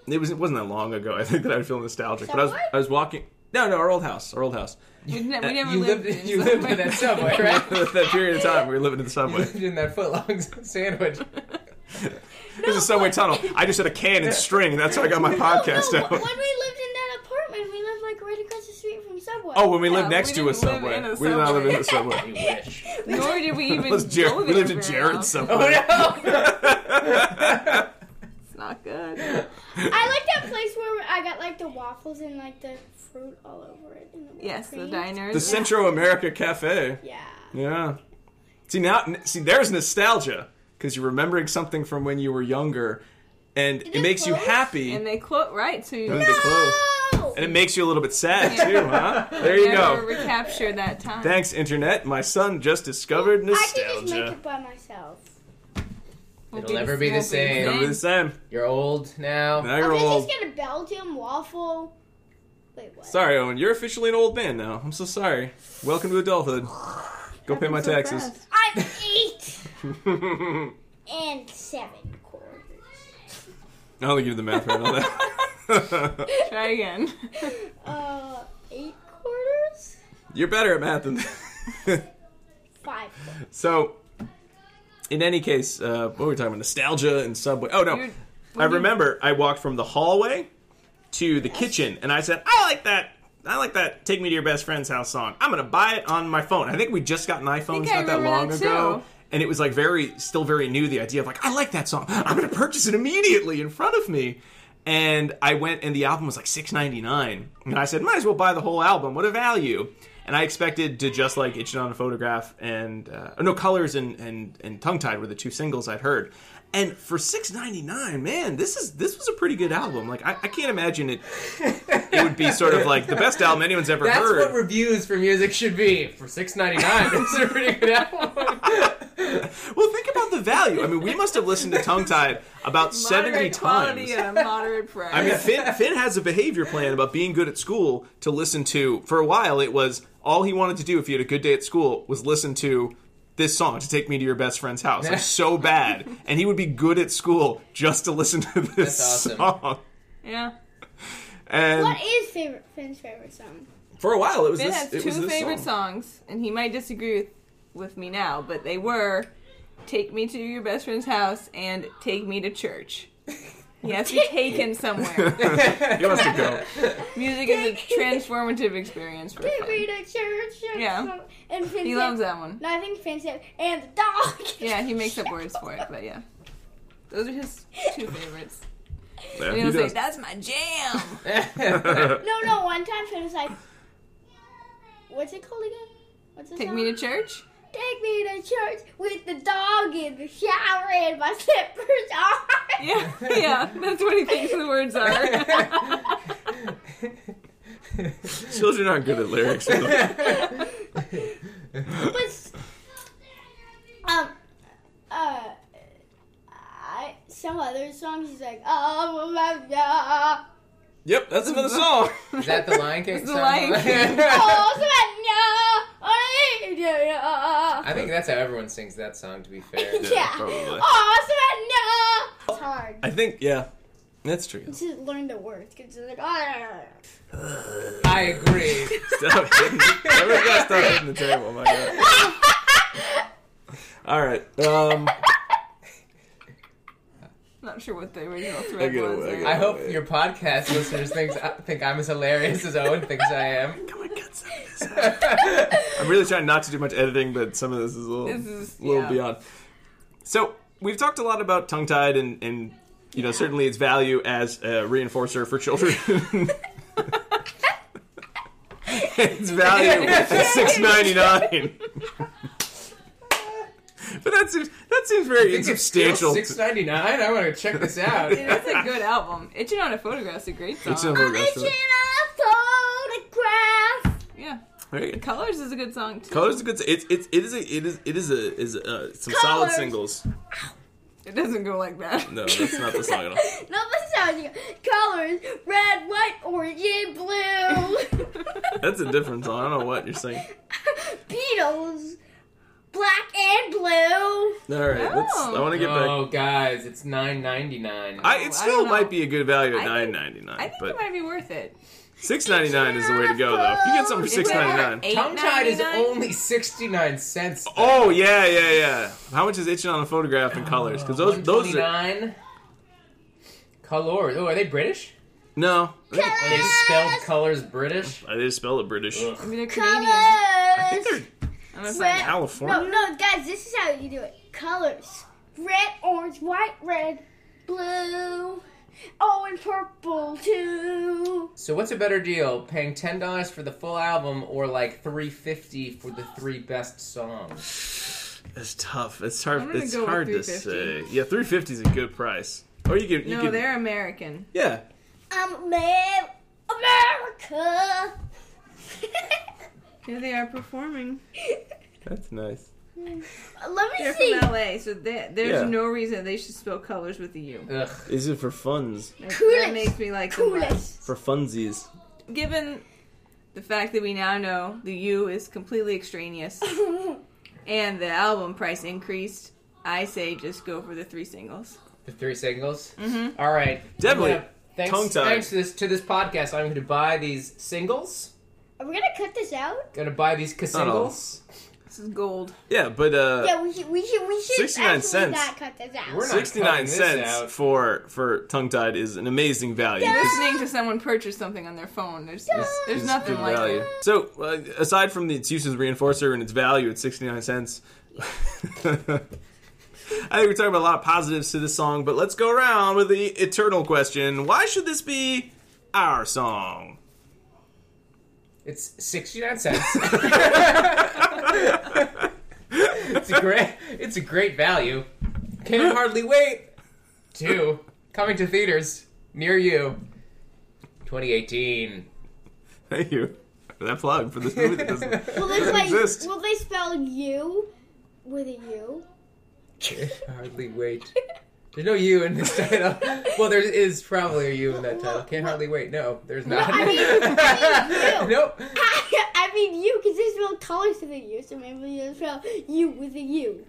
Speaker 1: it was it wasn't that long ago. I think that I would feel nostalgic, but I was
Speaker 5: Subway?
Speaker 1: I was walking. No, no, our old house, our old house.
Speaker 4: We, ne- we never
Speaker 3: You lived,
Speaker 4: lived.
Speaker 3: in,
Speaker 4: in
Speaker 3: you lived in
Speaker 4: Subway.
Speaker 3: that subway, right?
Speaker 1: that period of time we were living in the
Speaker 3: you
Speaker 1: subway.
Speaker 3: lived in that footlong sandwich.
Speaker 1: There's a subway tunnel. I just had a can and string, and that's how I got my podcast
Speaker 5: no, when we
Speaker 1: out.
Speaker 5: lived in that apartment, we lived like right across the street from Subway.
Speaker 1: Oh, when we
Speaker 4: Yeah,
Speaker 1: lived next
Speaker 4: we
Speaker 1: to a
Speaker 4: didn't live
Speaker 1: subway.
Speaker 4: in a
Speaker 1: We did not live in the
Speaker 3: You
Speaker 1: subway.
Speaker 3: wish.
Speaker 4: Nor did we even.
Speaker 1: It was Jer-
Speaker 4: go
Speaker 1: we
Speaker 4: there
Speaker 1: lived in
Speaker 4: very
Speaker 1: Jared's
Speaker 4: often.
Speaker 1: subway.
Speaker 3: Oh no!
Speaker 4: It's not good.
Speaker 5: I like that place where I got like the waffles and like the fruit all over it. And the whipped
Speaker 4: Yes, the
Speaker 5: cream.
Speaker 4: diners.
Speaker 1: The Centro America Cafe.
Speaker 5: Yeah.
Speaker 1: Yeah. See now, see there's nostalgia because you're remembering something from when you were younger, and it
Speaker 5: they
Speaker 1: makes you
Speaker 5: close?
Speaker 1: happy.
Speaker 4: and they quote right, so you
Speaker 1: And then they close.
Speaker 5: Oh!
Speaker 1: And it makes you a little bit sad
Speaker 4: Yeah.
Speaker 1: too, huh? There you
Speaker 4: never
Speaker 1: go.
Speaker 4: recapture that time.
Speaker 1: Thanks, internet. My son just discovered
Speaker 5: I can just make
Speaker 1: nostalgia.
Speaker 5: it by myself.
Speaker 4: We'll
Speaker 3: It'll
Speaker 4: do
Speaker 3: never
Speaker 4: this-
Speaker 3: be the
Speaker 4: we'll
Speaker 3: same.
Speaker 1: Remember the same.
Speaker 3: You're old now.
Speaker 1: Now you're
Speaker 5: I'm just-
Speaker 1: old.
Speaker 5: just get a Belgian waffle. Wait, what?
Speaker 1: Sorry, Owen. You're officially an old man now. I'm so sorry. Welcome to adulthood. Go pay my
Speaker 4: so
Speaker 1: taxes.
Speaker 4: fast.
Speaker 5: I'm eight and seven quarters.
Speaker 1: I don't think you did the math right on that.
Speaker 4: Try again.
Speaker 5: Uh, eight quarters?
Speaker 1: You're better at math than
Speaker 5: Five quarters.
Speaker 1: so, in any case, uh, what were we talking about? Nostalgia and Subway. Oh, no.
Speaker 4: You're-
Speaker 1: I remember I walked from the hallway to the kitchen and I said, I like that. I like that Take Me to Your Best Friend's House song. I'm going to buy it on my phone. I think we just got an iPhone
Speaker 4: think
Speaker 1: it's
Speaker 4: I
Speaker 1: not that
Speaker 4: remember
Speaker 1: long
Speaker 4: that,
Speaker 1: ago.
Speaker 4: too.
Speaker 1: And it was like very, still very new, the idea of like, I like that song. I'm going to purchase it immediately in front of me. And I went and the album was like six ninety nine. And I said, might as well buy the whole album. What a value. And I expected to just like Itching on a Photograph and, uh, no, Colors and, and, and Tongue Tied were the two singles I'd heard. And for six ninety nine, man, this is this was a pretty good album. Like I, I can't imagine it it would be sort of like the best album anyone's ever
Speaker 3: That's
Speaker 1: heard.
Speaker 3: what reviews for music should be. For six ninety nine, it's a pretty good album.
Speaker 1: Well, think about the value. I mean, we must have listened to Tongue Tied about 70
Speaker 4: Moderate quality
Speaker 1: times.
Speaker 4: at a moderate price.
Speaker 1: I mean, Finn, Finn has a behavior plan about being good at school to listen to. For a while, it was all he wanted to do if he had a good day at school was listen to this song to take me to your best friend's house. I'm so bad. And he would be good at school just to listen to this
Speaker 3: That's awesome.
Speaker 1: song.
Speaker 4: yeah.
Speaker 1: And
Speaker 5: What is favorite Finn's favorite song?
Speaker 1: for a while, it was
Speaker 4: Finn
Speaker 1: this.
Speaker 4: has
Speaker 1: it
Speaker 4: two
Speaker 1: was this
Speaker 4: favorite
Speaker 1: song.
Speaker 4: songs, and he might disagree with, with me now, but they were Take Me to Your Best Friend's House and Take Me to Church. He has to be taken somewhere.
Speaker 1: He wants to go.
Speaker 4: Music is a transformative experience for
Speaker 5: Take me
Speaker 4: Finn.
Speaker 5: to church. and
Speaker 4: Yeah.
Speaker 5: some- And Finn
Speaker 4: He
Speaker 5: said-
Speaker 4: loves that one.
Speaker 5: No, I think Finn said, and the dog.
Speaker 4: Yeah, he makes up words for it, but yeah. Those are his two favorites.
Speaker 1: Yeah,
Speaker 4: And
Speaker 1: he
Speaker 4: he'll say,
Speaker 1: does.
Speaker 4: That's my jam.
Speaker 5: No, no. One time Finn was like, what's it called again? What's the
Speaker 4: Take
Speaker 5: song?
Speaker 4: me to church.
Speaker 5: Take me to church with the dog in the shower and my slippers on.
Speaker 4: Yeah, yeah. That's what he thinks the words are.
Speaker 1: Children aren't good at lyrics.
Speaker 5: But s- um, uh, I some other songs he's like, oh my god,
Speaker 1: yep, that's another song.
Speaker 3: Is that the Lion King?
Speaker 4: It's the
Speaker 3: song?
Speaker 4: Lion King.
Speaker 5: oh my god, yeah,
Speaker 3: I think that's how everyone sings that song. To be fair,
Speaker 1: probably.
Speaker 5: oh my god, it's hard.
Speaker 1: I think, yeah, that's true.
Speaker 5: to learn the words because it's like, oh,
Speaker 3: I agree.
Speaker 1: Stop hitting. Everyone's gotta stop hitting the table. My God. All right. Um,
Speaker 4: Not sure what the original thread
Speaker 1: get it,
Speaker 4: was.
Speaker 1: I
Speaker 4: there.
Speaker 1: get it.
Speaker 4: I
Speaker 3: I hope your podcast listeners thinks think I'm as hilarious as Owen thinks I am.
Speaker 1: Come on, cut some of this out. I'm really trying not to do much editing, but some of this is a little,
Speaker 4: This is-
Speaker 1: a little
Speaker 4: yeah.
Speaker 1: beyond. So we've talked a lot about tongue tied and, and you know certainly its value as a reinforcer for children. its value is six ninety nine. But that seems that seems very insubstantial.
Speaker 3: Six ninety nine. I want to check this out.
Speaker 4: mean, It's a good album. Itching on a Photograph's a great song.
Speaker 1: It's a little restaurant.
Speaker 4: yeah.
Speaker 1: Very good.
Speaker 4: Colors is a good song too.
Speaker 1: Colors is a good. It's it's it is a it is it is a is uh, some solid
Speaker 5: Colours.
Speaker 1: singles.
Speaker 4: It doesn't go like that.
Speaker 1: No, that's not the song at all.
Speaker 5: No, this is how you colors: red, white, orange, and blue.
Speaker 1: That's a different song. I don't know what you're saying.
Speaker 5: Beatles, black and blue.
Speaker 1: All right, let's. I want to get back.
Speaker 3: Oh, guys, it's nine ninety nine.
Speaker 1: I, it
Speaker 4: I
Speaker 1: still
Speaker 4: don't know.
Speaker 1: might be a good value at
Speaker 4: I
Speaker 1: nine
Speaker 4: think-
Speaker 1: ninety
Speaker 4: I
Speaker 1: nine,
Speaker 4: think
Speaker 1: but
Speaker 4: it might be worth it.
Speaker 1: six ninety nine is the way to go though. If you get something for six ninety nine.
Speaker 3: Tongue tied is
Speaker 4: $8.99?
Speaker 3: only sixty nine cents.
Speaker 1: Oh yeah, yeah, yeah. How much is itching on a photograph in colors? Because those those are
Speaker 3: nine colors. Oh, are they British?
Speaker 1: no.
Speaker 3: Are they spelled colors British?
Speaker 1: I just spell it British.
Speaker 3: Ugh.
Speaker 4: I mean, they're Canadian.
Speaker 1: I think
Speaker 5: Colors.
Speaker 1: they're
Speaker 4: I'm gonna
Speaker 5: Red-
Speaker 4: find out.
Speaker 5: No,
Speaker 1: California.
Speaker 5: no, guys, this is how you do it. Colors: red, orange, white, red, blue. Oh, and purple too.
Speaker 3: So what's a better deal, paying ten dollars for the full album or like three fifty for the three best songs?
Speaker 1: It's tough. It's hard.
Speaker 4: I'm gonna
Speaker 1: It's
Speaker 4: go with
Speaker 1: hard to
Speaker 4: 350.
Speaker 1: say. Yeah, three fifty is a good price. Or you can you
Speaker 4: No,
Speaker 1: can
Speaker 4: they're American.
Speaker 1: yeah.
Speaker 5: I'm Amer- America.
Speaker 4: Here they are performing.
Speaker 1: That's nice.
Speaker 5: Let me
Speaker 4: They're
Speaker 5: see.
Speaker 4: from LA, so they, there's
Speaker 1: Yeah.
Speaker 4: no reason they should spell colors with a U.
Speaker 3: Ugh.
Speaker 1: Is it for funs?
Speaker 4: That,
Speaker 5: Coolest.
Speaker 4: that makes me like them less.
Speaker 5: Coolest.
Speaker 1: For funsies?
Speaker 4: Given the fact that we now know the U is completely extraneous and the album price increased, I say just go for the three singles.
Speaker 3: The three singles. Mm-hmm. All right,
Speaker 1: Definitely.
Speaker 3: I'm gonna- Thanks,
Speaker 1: Tongue-tied.
Speaker 3: thanks to this to this podcast, I'm going to buy these singles.
Speaker 5: Are we gonna cut this out?
Speaker 3: Going to buy these ca-
Speaker 1: Not all.
Speaker 3: singles.
Speaker 4: This is gold.
Speaker 1: Yeah, but uh,
Speaker 5: Yeah, we should. We should. We should
Speaker 1: 69
Speaker 5: actually
Speaker 1: cents.
Speaker 5: not cut this out.
Speaker 3: We're not
Speaker 1: sixty nine
Speaker 3: cutting this out.
Speaker 1: cents for for tongue tied is an amazing value. 'cause
Speaker 4: Listening to someone purchase something on their phone, there's there's, there's
Speaker 1: It's
Speaker 4: nothing
Speaker 1: good
Speaker 4: like
Speaker 1: value.
Speaker 4: it.
Speaker 1: So, uh, aside from the, its use as a reinforcer and its value at 69 cents, I think we're talking about a lot of positives to this song, but let's go around with the eternal question Why should this be our song?
Speaker 3: It's sixty nine cents. it's a great. It's a great value. Can hardly wait. Two coming to theaters near you. 2018.
Speaker 1: Thank you for that plug for this movie that doesn't.
Speaker 5: Will they, like,
Speaker 1: exist.
Speaker 5: will they spell you with a U?
Speaker 3: Can hardly wait. There's no you in this title. Well, there is probably a you in that title. Can hardly wait. No, there's not.
Speaker 5: I mean- I mean you.
Speaker 3: nope.
Speaker 5: I, mean you, because they spell colors with a U, so maybe they spell you with a U.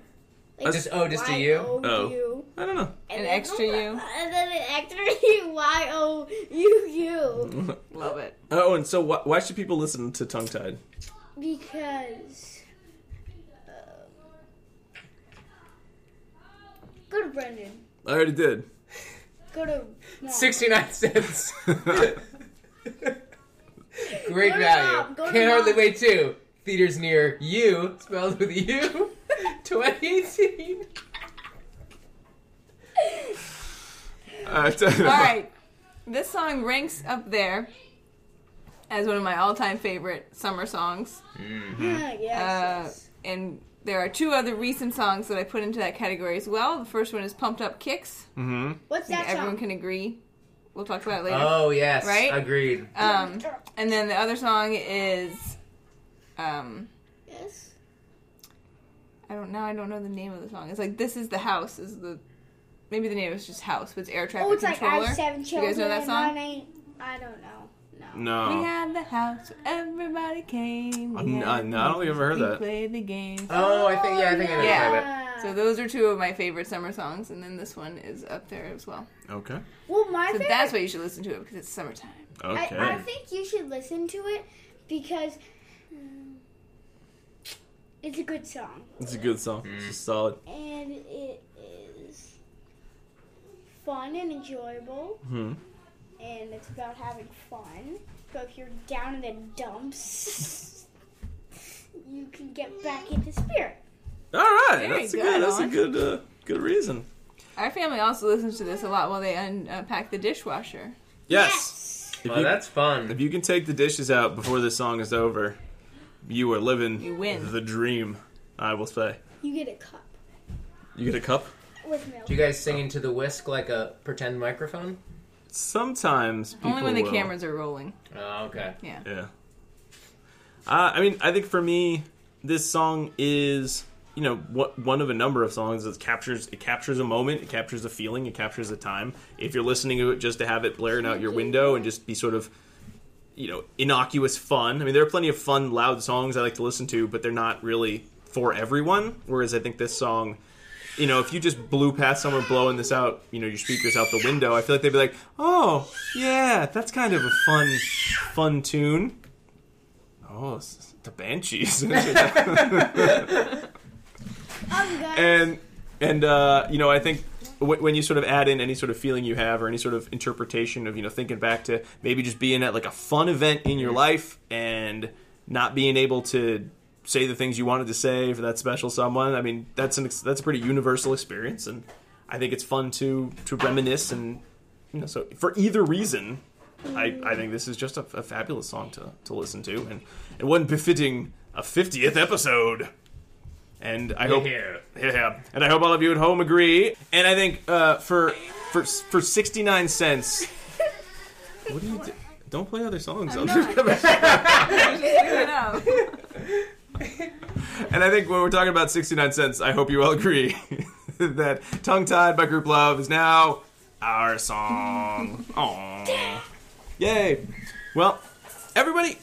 Speaker 3: Just oh, just a
Speaker 5: Y
Speaker 3: you.
Speaker 5: O
Speaker 1: Oh.
Speaker 5: U.
Speaker 1: I don't know.
Speaker 4: An
Speaker 5: then-
Speaker 4: extra U.
Speaker 5: And then an extra U. Y O U U.
Speaker 4: Love it.
Speaker 1: Oh, and so wh- why should people listen to Tongue Tied?
Speaker 5: Because. um, Go to Brendan.
Speaker 1: I already did.
Speaker 5: Go to.
Speaker 4: Hmm.
Speaker 5: Mom.
Speaker 3: 69 cents. Great
Speaker 5: Go to
Speaker 3: value.
Speaker 5: mom, go to
Speaker 3: Can't hardly
Speaker 5: mom.
Speaker 3: wait too. Theaters near you, spelled with you. 2018.
Speaker 1: Uh,
Speaker 4: All right. This song ranks up there as one of my all-time favorite summer songs.
Speaker 5: Ah,
Speaker 4: Uh,
Speaker 5: yes.
Speaker 4: and there are two other recent songs that I put into that category as well. The first one is Pumped Up Kicks.
Speaker 1: Mm-hmm.
Speaker 5: What's
Speaker 4: I think
Speaker 5: that
Speaker 4: everyone
Speaker 5: song?
Speaker 4: can agree. We'll talk about it
Speaker 1: Uh.
Speaker 4: later.
Speaker 3: Oh, yes.
Speaker 4: Right?
Speaker 3: Agreed.
Speaker 5: Oh,
Speaker 4: Um, and then the other song is, um,
Speaker 5: Yes.
Speaker 4: I don't know. I don't know the name of the song. It's like this is the house. Is the maybe the name is just house, but it's air traffic
Speaker 5: Oh, it's like
Speaker 4: controller.
Speaker 5: I have seven
Speaker 4: You
Speaker 5: children.
Speaker 4: guys know that
Speaker 5: and mine
Speaker 4: song?
Speaker 5: ain't- I don't know. No.
Speaker 1: No.
Speaker 4: We had the house where everybody came.
Speaker 1: I'm-
Speaker 4: We
Speaker 1: I-
Speaker 4: had
Speaker 1: no, I don't think I've ever heard
Speaker 4: we
Speaker 1: that.
Speaker 4: Played the game.
Speaker 3: Oh, I think, yeah, I think I know
Speaker 4: Yeah.
Speaker 3: about it.
Speaker 5: Uh,
Speaker 4: So those are two of my favorite summer songs, and then this one is up there as well.
Speaker 1: Okay.
Speaker 5: well, my
Speaker 4: So
Speaker 5: favorite.
Speaker 4: that's why you should listen to it because it's summertime.
Speaker 1: Okay.
Speaker 5: I, I think you should listen to it because um, it's a good song
Speaker 1: Mm. it's a good song. It's just solid.
Speaker 5: and it is fun. fun and enjoyable.
Speaker 1: Hmm.
Speaker 5: And it's about having fun. So if you're down in the dumps, you can get back into spirit.
Speaker 1: All right,
Speaker 4: Very
Speaker 1: that's a
Speaker 4: good,
Speaker 1: good. That's a
Speaker 4: Owen.
Speaker 1: good. Uh, good reason.
Speaker 4: Our family also listens to this a lot while they unpack the dishwasher.
Speaker 1: Yes. If,
Speaker 3: Well,
Speaker 1: you,
Speaker 3: that's fun.
Speaker 1: if you can take the dishes out before this song is over, you are living
Speaker 4: You win.
Speaker 1: the dream. I will say.
Speaker 5: You get a cup
Speaker 1: You get a cup.
Speaker 5: with milk.
Speaker 3: Do you guys sing into the whisk like a pretend microphone?
Speaker 1: Sometimes people
Speaker 4: Only when the
Speaker 1: will.
Speaker 4: cameras are rolling.
Speaker 3: Oh, okay.
Speaker 1: Yeah. Uh, I mean, I think for me, this song is you know what one of a number of songs that captures it captures a moment, it captures a feeling, it captures a time. If you're listening to it just to have it blaring out your window and just be sort of you know innocuous fun. I mean, there are plenty of fun, loud songs I like to listen to, but they're not really for everyone. Whereas I think this song. You know, if you just blew past someone blowing this out, you know, your speakers out the window, I feel like they'd be like, "Oh, yeah, that's kind of a fun, fun tune." Oh, it's the Banshees.
Speaker 5: Oh,
Speaker 1: and and uh, you know, I think w- when you sort of add in any sort of feeling you have or any sort of interpretation of you know thinking back to maybe just being at like a fun event in your life and not being able to say the things you wanted to say for that special someone. I mean, that's an ex- that's a pretty universal experience, and I think it's fun to to reminisce and you know. So for either reason, I, I think this is just a, a fabulous song to, to listen to and, and one befitting a 50th episode. And I hope
Speaker 3: Yeah.
Speaker 1: yeah, and I hope all of you at home agree. And I think uh, for for for 69 cents What do you do? Don't play other songs. I'm
Speaker 4: No.
Speaker 1: And I think when we're talking about 69 cents, I hope you all agree that Tongue Tied by Group Love is now our song. Aww. Yay. Well, everybody,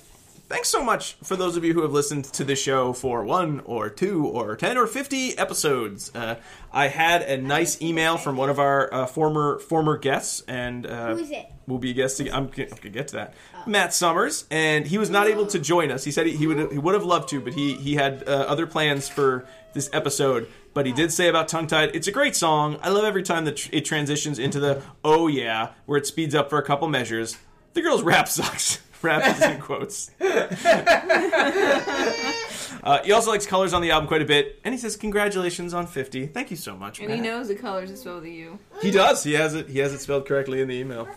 Speaker 1: thanks so much for those of you who have listened to this show for one or two or 10 or 50 episodes. Uh, I had a nice email from one of our uh, former former guests and uh,
Speaker 5: Who is it?
Speaker 1: will be guesting. I'm g- I'm gonna get to that. Matt Summers, and he was not able to join us. He said he, he would he would have loved to, but he he had uh, other plans for this episode. But he did say about tongue tied. It's a great song. I love every time that tr- it transitions into the oh yeah, where it speeds up for a couple measures. The girl's rap sucks. rap is in quotes. uh, he also likes colors on the album quite a bit, and he says congratulations on fifty. Thank you so much.
Speaker 4: and he
Speaker 1: Matt.
Speaker 4: knows the colors as well as you.
Speaker 1: He does. He has it. He has it spelled correctly in the email.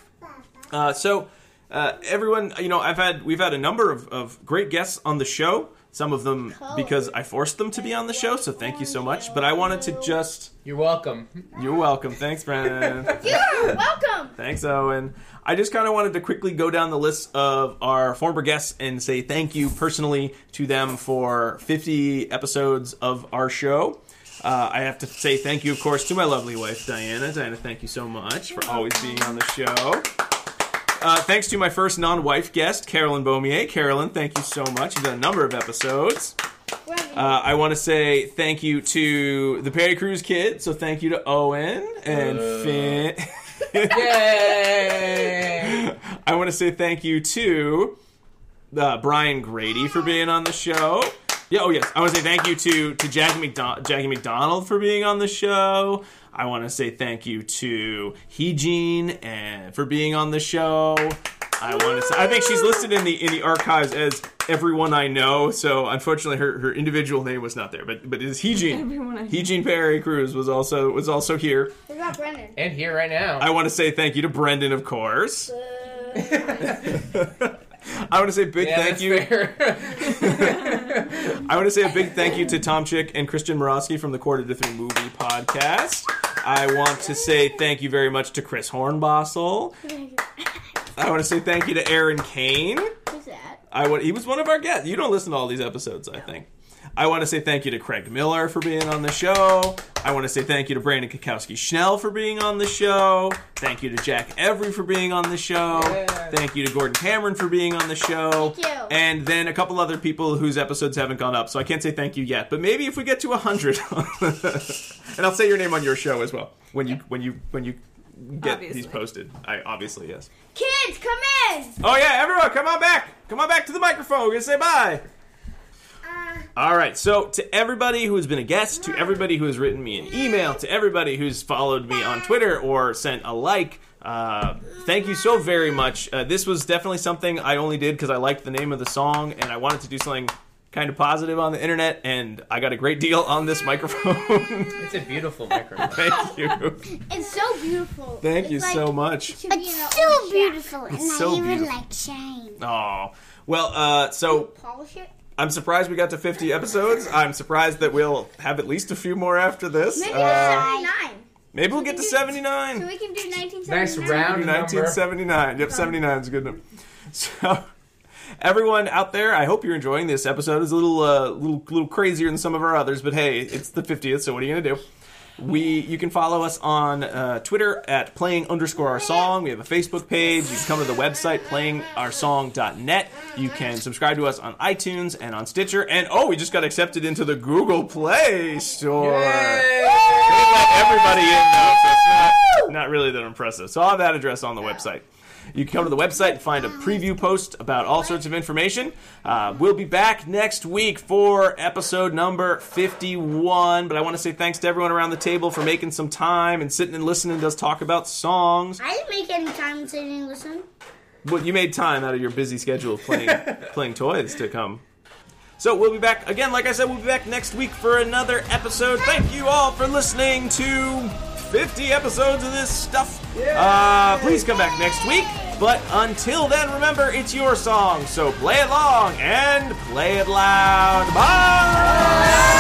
Speaker 1: Uh, so, uh, everyone, you know, I've had we've had a number of, of great guests on the show. Some of them because I forced them to be on the show. So thank you so much. But I wanted to just.
Speaker 3: You're welcome.
Speaker 1: You're welcome. Thanks, Brennan.
Speaker 5: You're welcome.
Speaker 1: Thanks, Owen. I just kind of wanted to quickly go down the list of our former guests and say thank you personally to them for 50 episodes of our show. Uh, I have to say thank you, of course, to my lovely wife, Diana. Diana, thank you so much for always being on the show. Uh, thanks to my first non wife guest, Carolyn Beaumier. Carolyn, thank you so much. You've done a number of episodes.
Speaker 5: We're having
Speaker 1: Uh, I want to say thank you to the Perry Cruz kid. So thank you to Owen and Finn.
Speaker 3: Yay!
Speaker 1: I want to say thank you to uh, Brian Grady for being on the show. Yeah, oh yes. I want to say thank you to to Jackie, McDon- Jackie McDonald for being on the show. I want to say thank you to Hejin and for being on the show. I want to say I think she's listed in the in the archives as everyone I know. So unfortunately, her, her individual name was not there, but but it is
Speaker 4: Everyone I know.
Speaker 1: Hejin. Hejin Perry Cruz was also was also here.
Speaker 5: What about Brendan?
Speaker 3: and here right now.
Speaker 1: I want to say thank you to Brendan, of course.
Speaker 5: Uh,
Speaker 1: I want to say big
Speaker 3: yeah,
Speaker 1: thank
Speaker 3: that's
Speaker 1: you.
Speaker 3: fair.
Speaker 1: I want to say a big thank you to Tom Chick and Christian Morosky from the Quarter to Three Movie Podcast. I want to say thank you very much to Chris Hornbostel. I want to say thank you to Aaron Kane.
Speaker 5: who's that?
Speaker 1: I want, he was one of our guests. You don't listen to all these episodes, I think. I want to say thank you to Craig Miller for being on the show. I want to say thank you to Brandon Kakowski Schnell for being on the show. Thank you to Jack Every for being on the show.
Speaker 3: Yeah.
Speaker 1: Thank you to Gordon Cameron for being on the show.
Speaker 5: Thank you.
Speaker 1: And then a couple other people whose episodes haven't gone up, so I can't say thank you yet. But maybe if we get to 100 and I'll say your name on your show as well when you when you when you get these
Speaker 4: Obviously.
Speaker 1: posted. I obviously yes.
Speaker 5: Kids, come in.
Speaker 1: Oh yeah, everyone, come on back. Come on back to the microphone. We're gonna say bye.
Speaker 5: Uh,
Speaker 1: All right. So to everybody who has been a guest, to everybody who has written me an email, to everybody who's followed me on Twitter or sent a like. Uh, thank you so very much. Uh, this was definitely something I only did because I liked the name of the song and I wanted to do something kind of positive on the internet, and I got a great deal on this microphone.
Speaker 3: It's a beautiful microphone.
Speaker 1: Thank you.
Speaker 5: It's so beautiful.
Speaker 1: Thank
Speaker 5: It's
Speaker 1: you
Speaker 5: like-
Speaker 1: so much.
Speaker 5: Should be in a
Speaker 2: It's so
Speaker 5: shack.
Speaker 2: beautiful, and
Speaker 1: It's so
Speaker 2: I even
Speaker 1: beautiful.
Speaker 2: like shine.
Speaker 1: Oh. Well, uh, so
Speaker 5: Polish it.
Speaker 1: I'm surprised we got to 50 episodes. I'm surprised that we'll have at least a few more after this.
Speaker 5: Maybe
Speaker 1: Uh,
Speaker 5: it's 79.
Speaker 1: maybe we'll get to 79.
Speaker 5: So we can do 1979.
Speaker 3: Nice round number.
Speaker 1: 1979. Yep, 79 is a good number. So, everyone out there, I hope you're enjoying this episode. It's a little, uh, little, little crazier than some of our others, but hey, it's the 50th, so what are you gonna do? We, you can follow us on uh, Twitter at playing underscore our song. We have a Facebook page. You can come to the website playingoursong.net. You can subscribe to us on iTunes and on Stitcher. And oh, we just got accepted into the Google Play Store.
Speaker 3: Yay!
Speaker 1: They let everybody in now, so it's not, not really that impressive. So I'll have that address on the website. You can come to the website and find a preview post about all sorts of information. Uh, we'll be back next week for episode number 51. But I want to say thanks to everyone around the table for making some time and sitting and listening to us talk about songs.
Speaker 2: I didn't make any time to even listen.
Speaker 1: Well, you made time out of your busy schedule of playing playing toys to come. So we'll be back again. Like I said, we'll be back next week for another episode. Thank you all for listening to 50 episodes of this stuff. Uh, please come back next week. But until then, remember it's your song, so play it long and play it loud. Bye.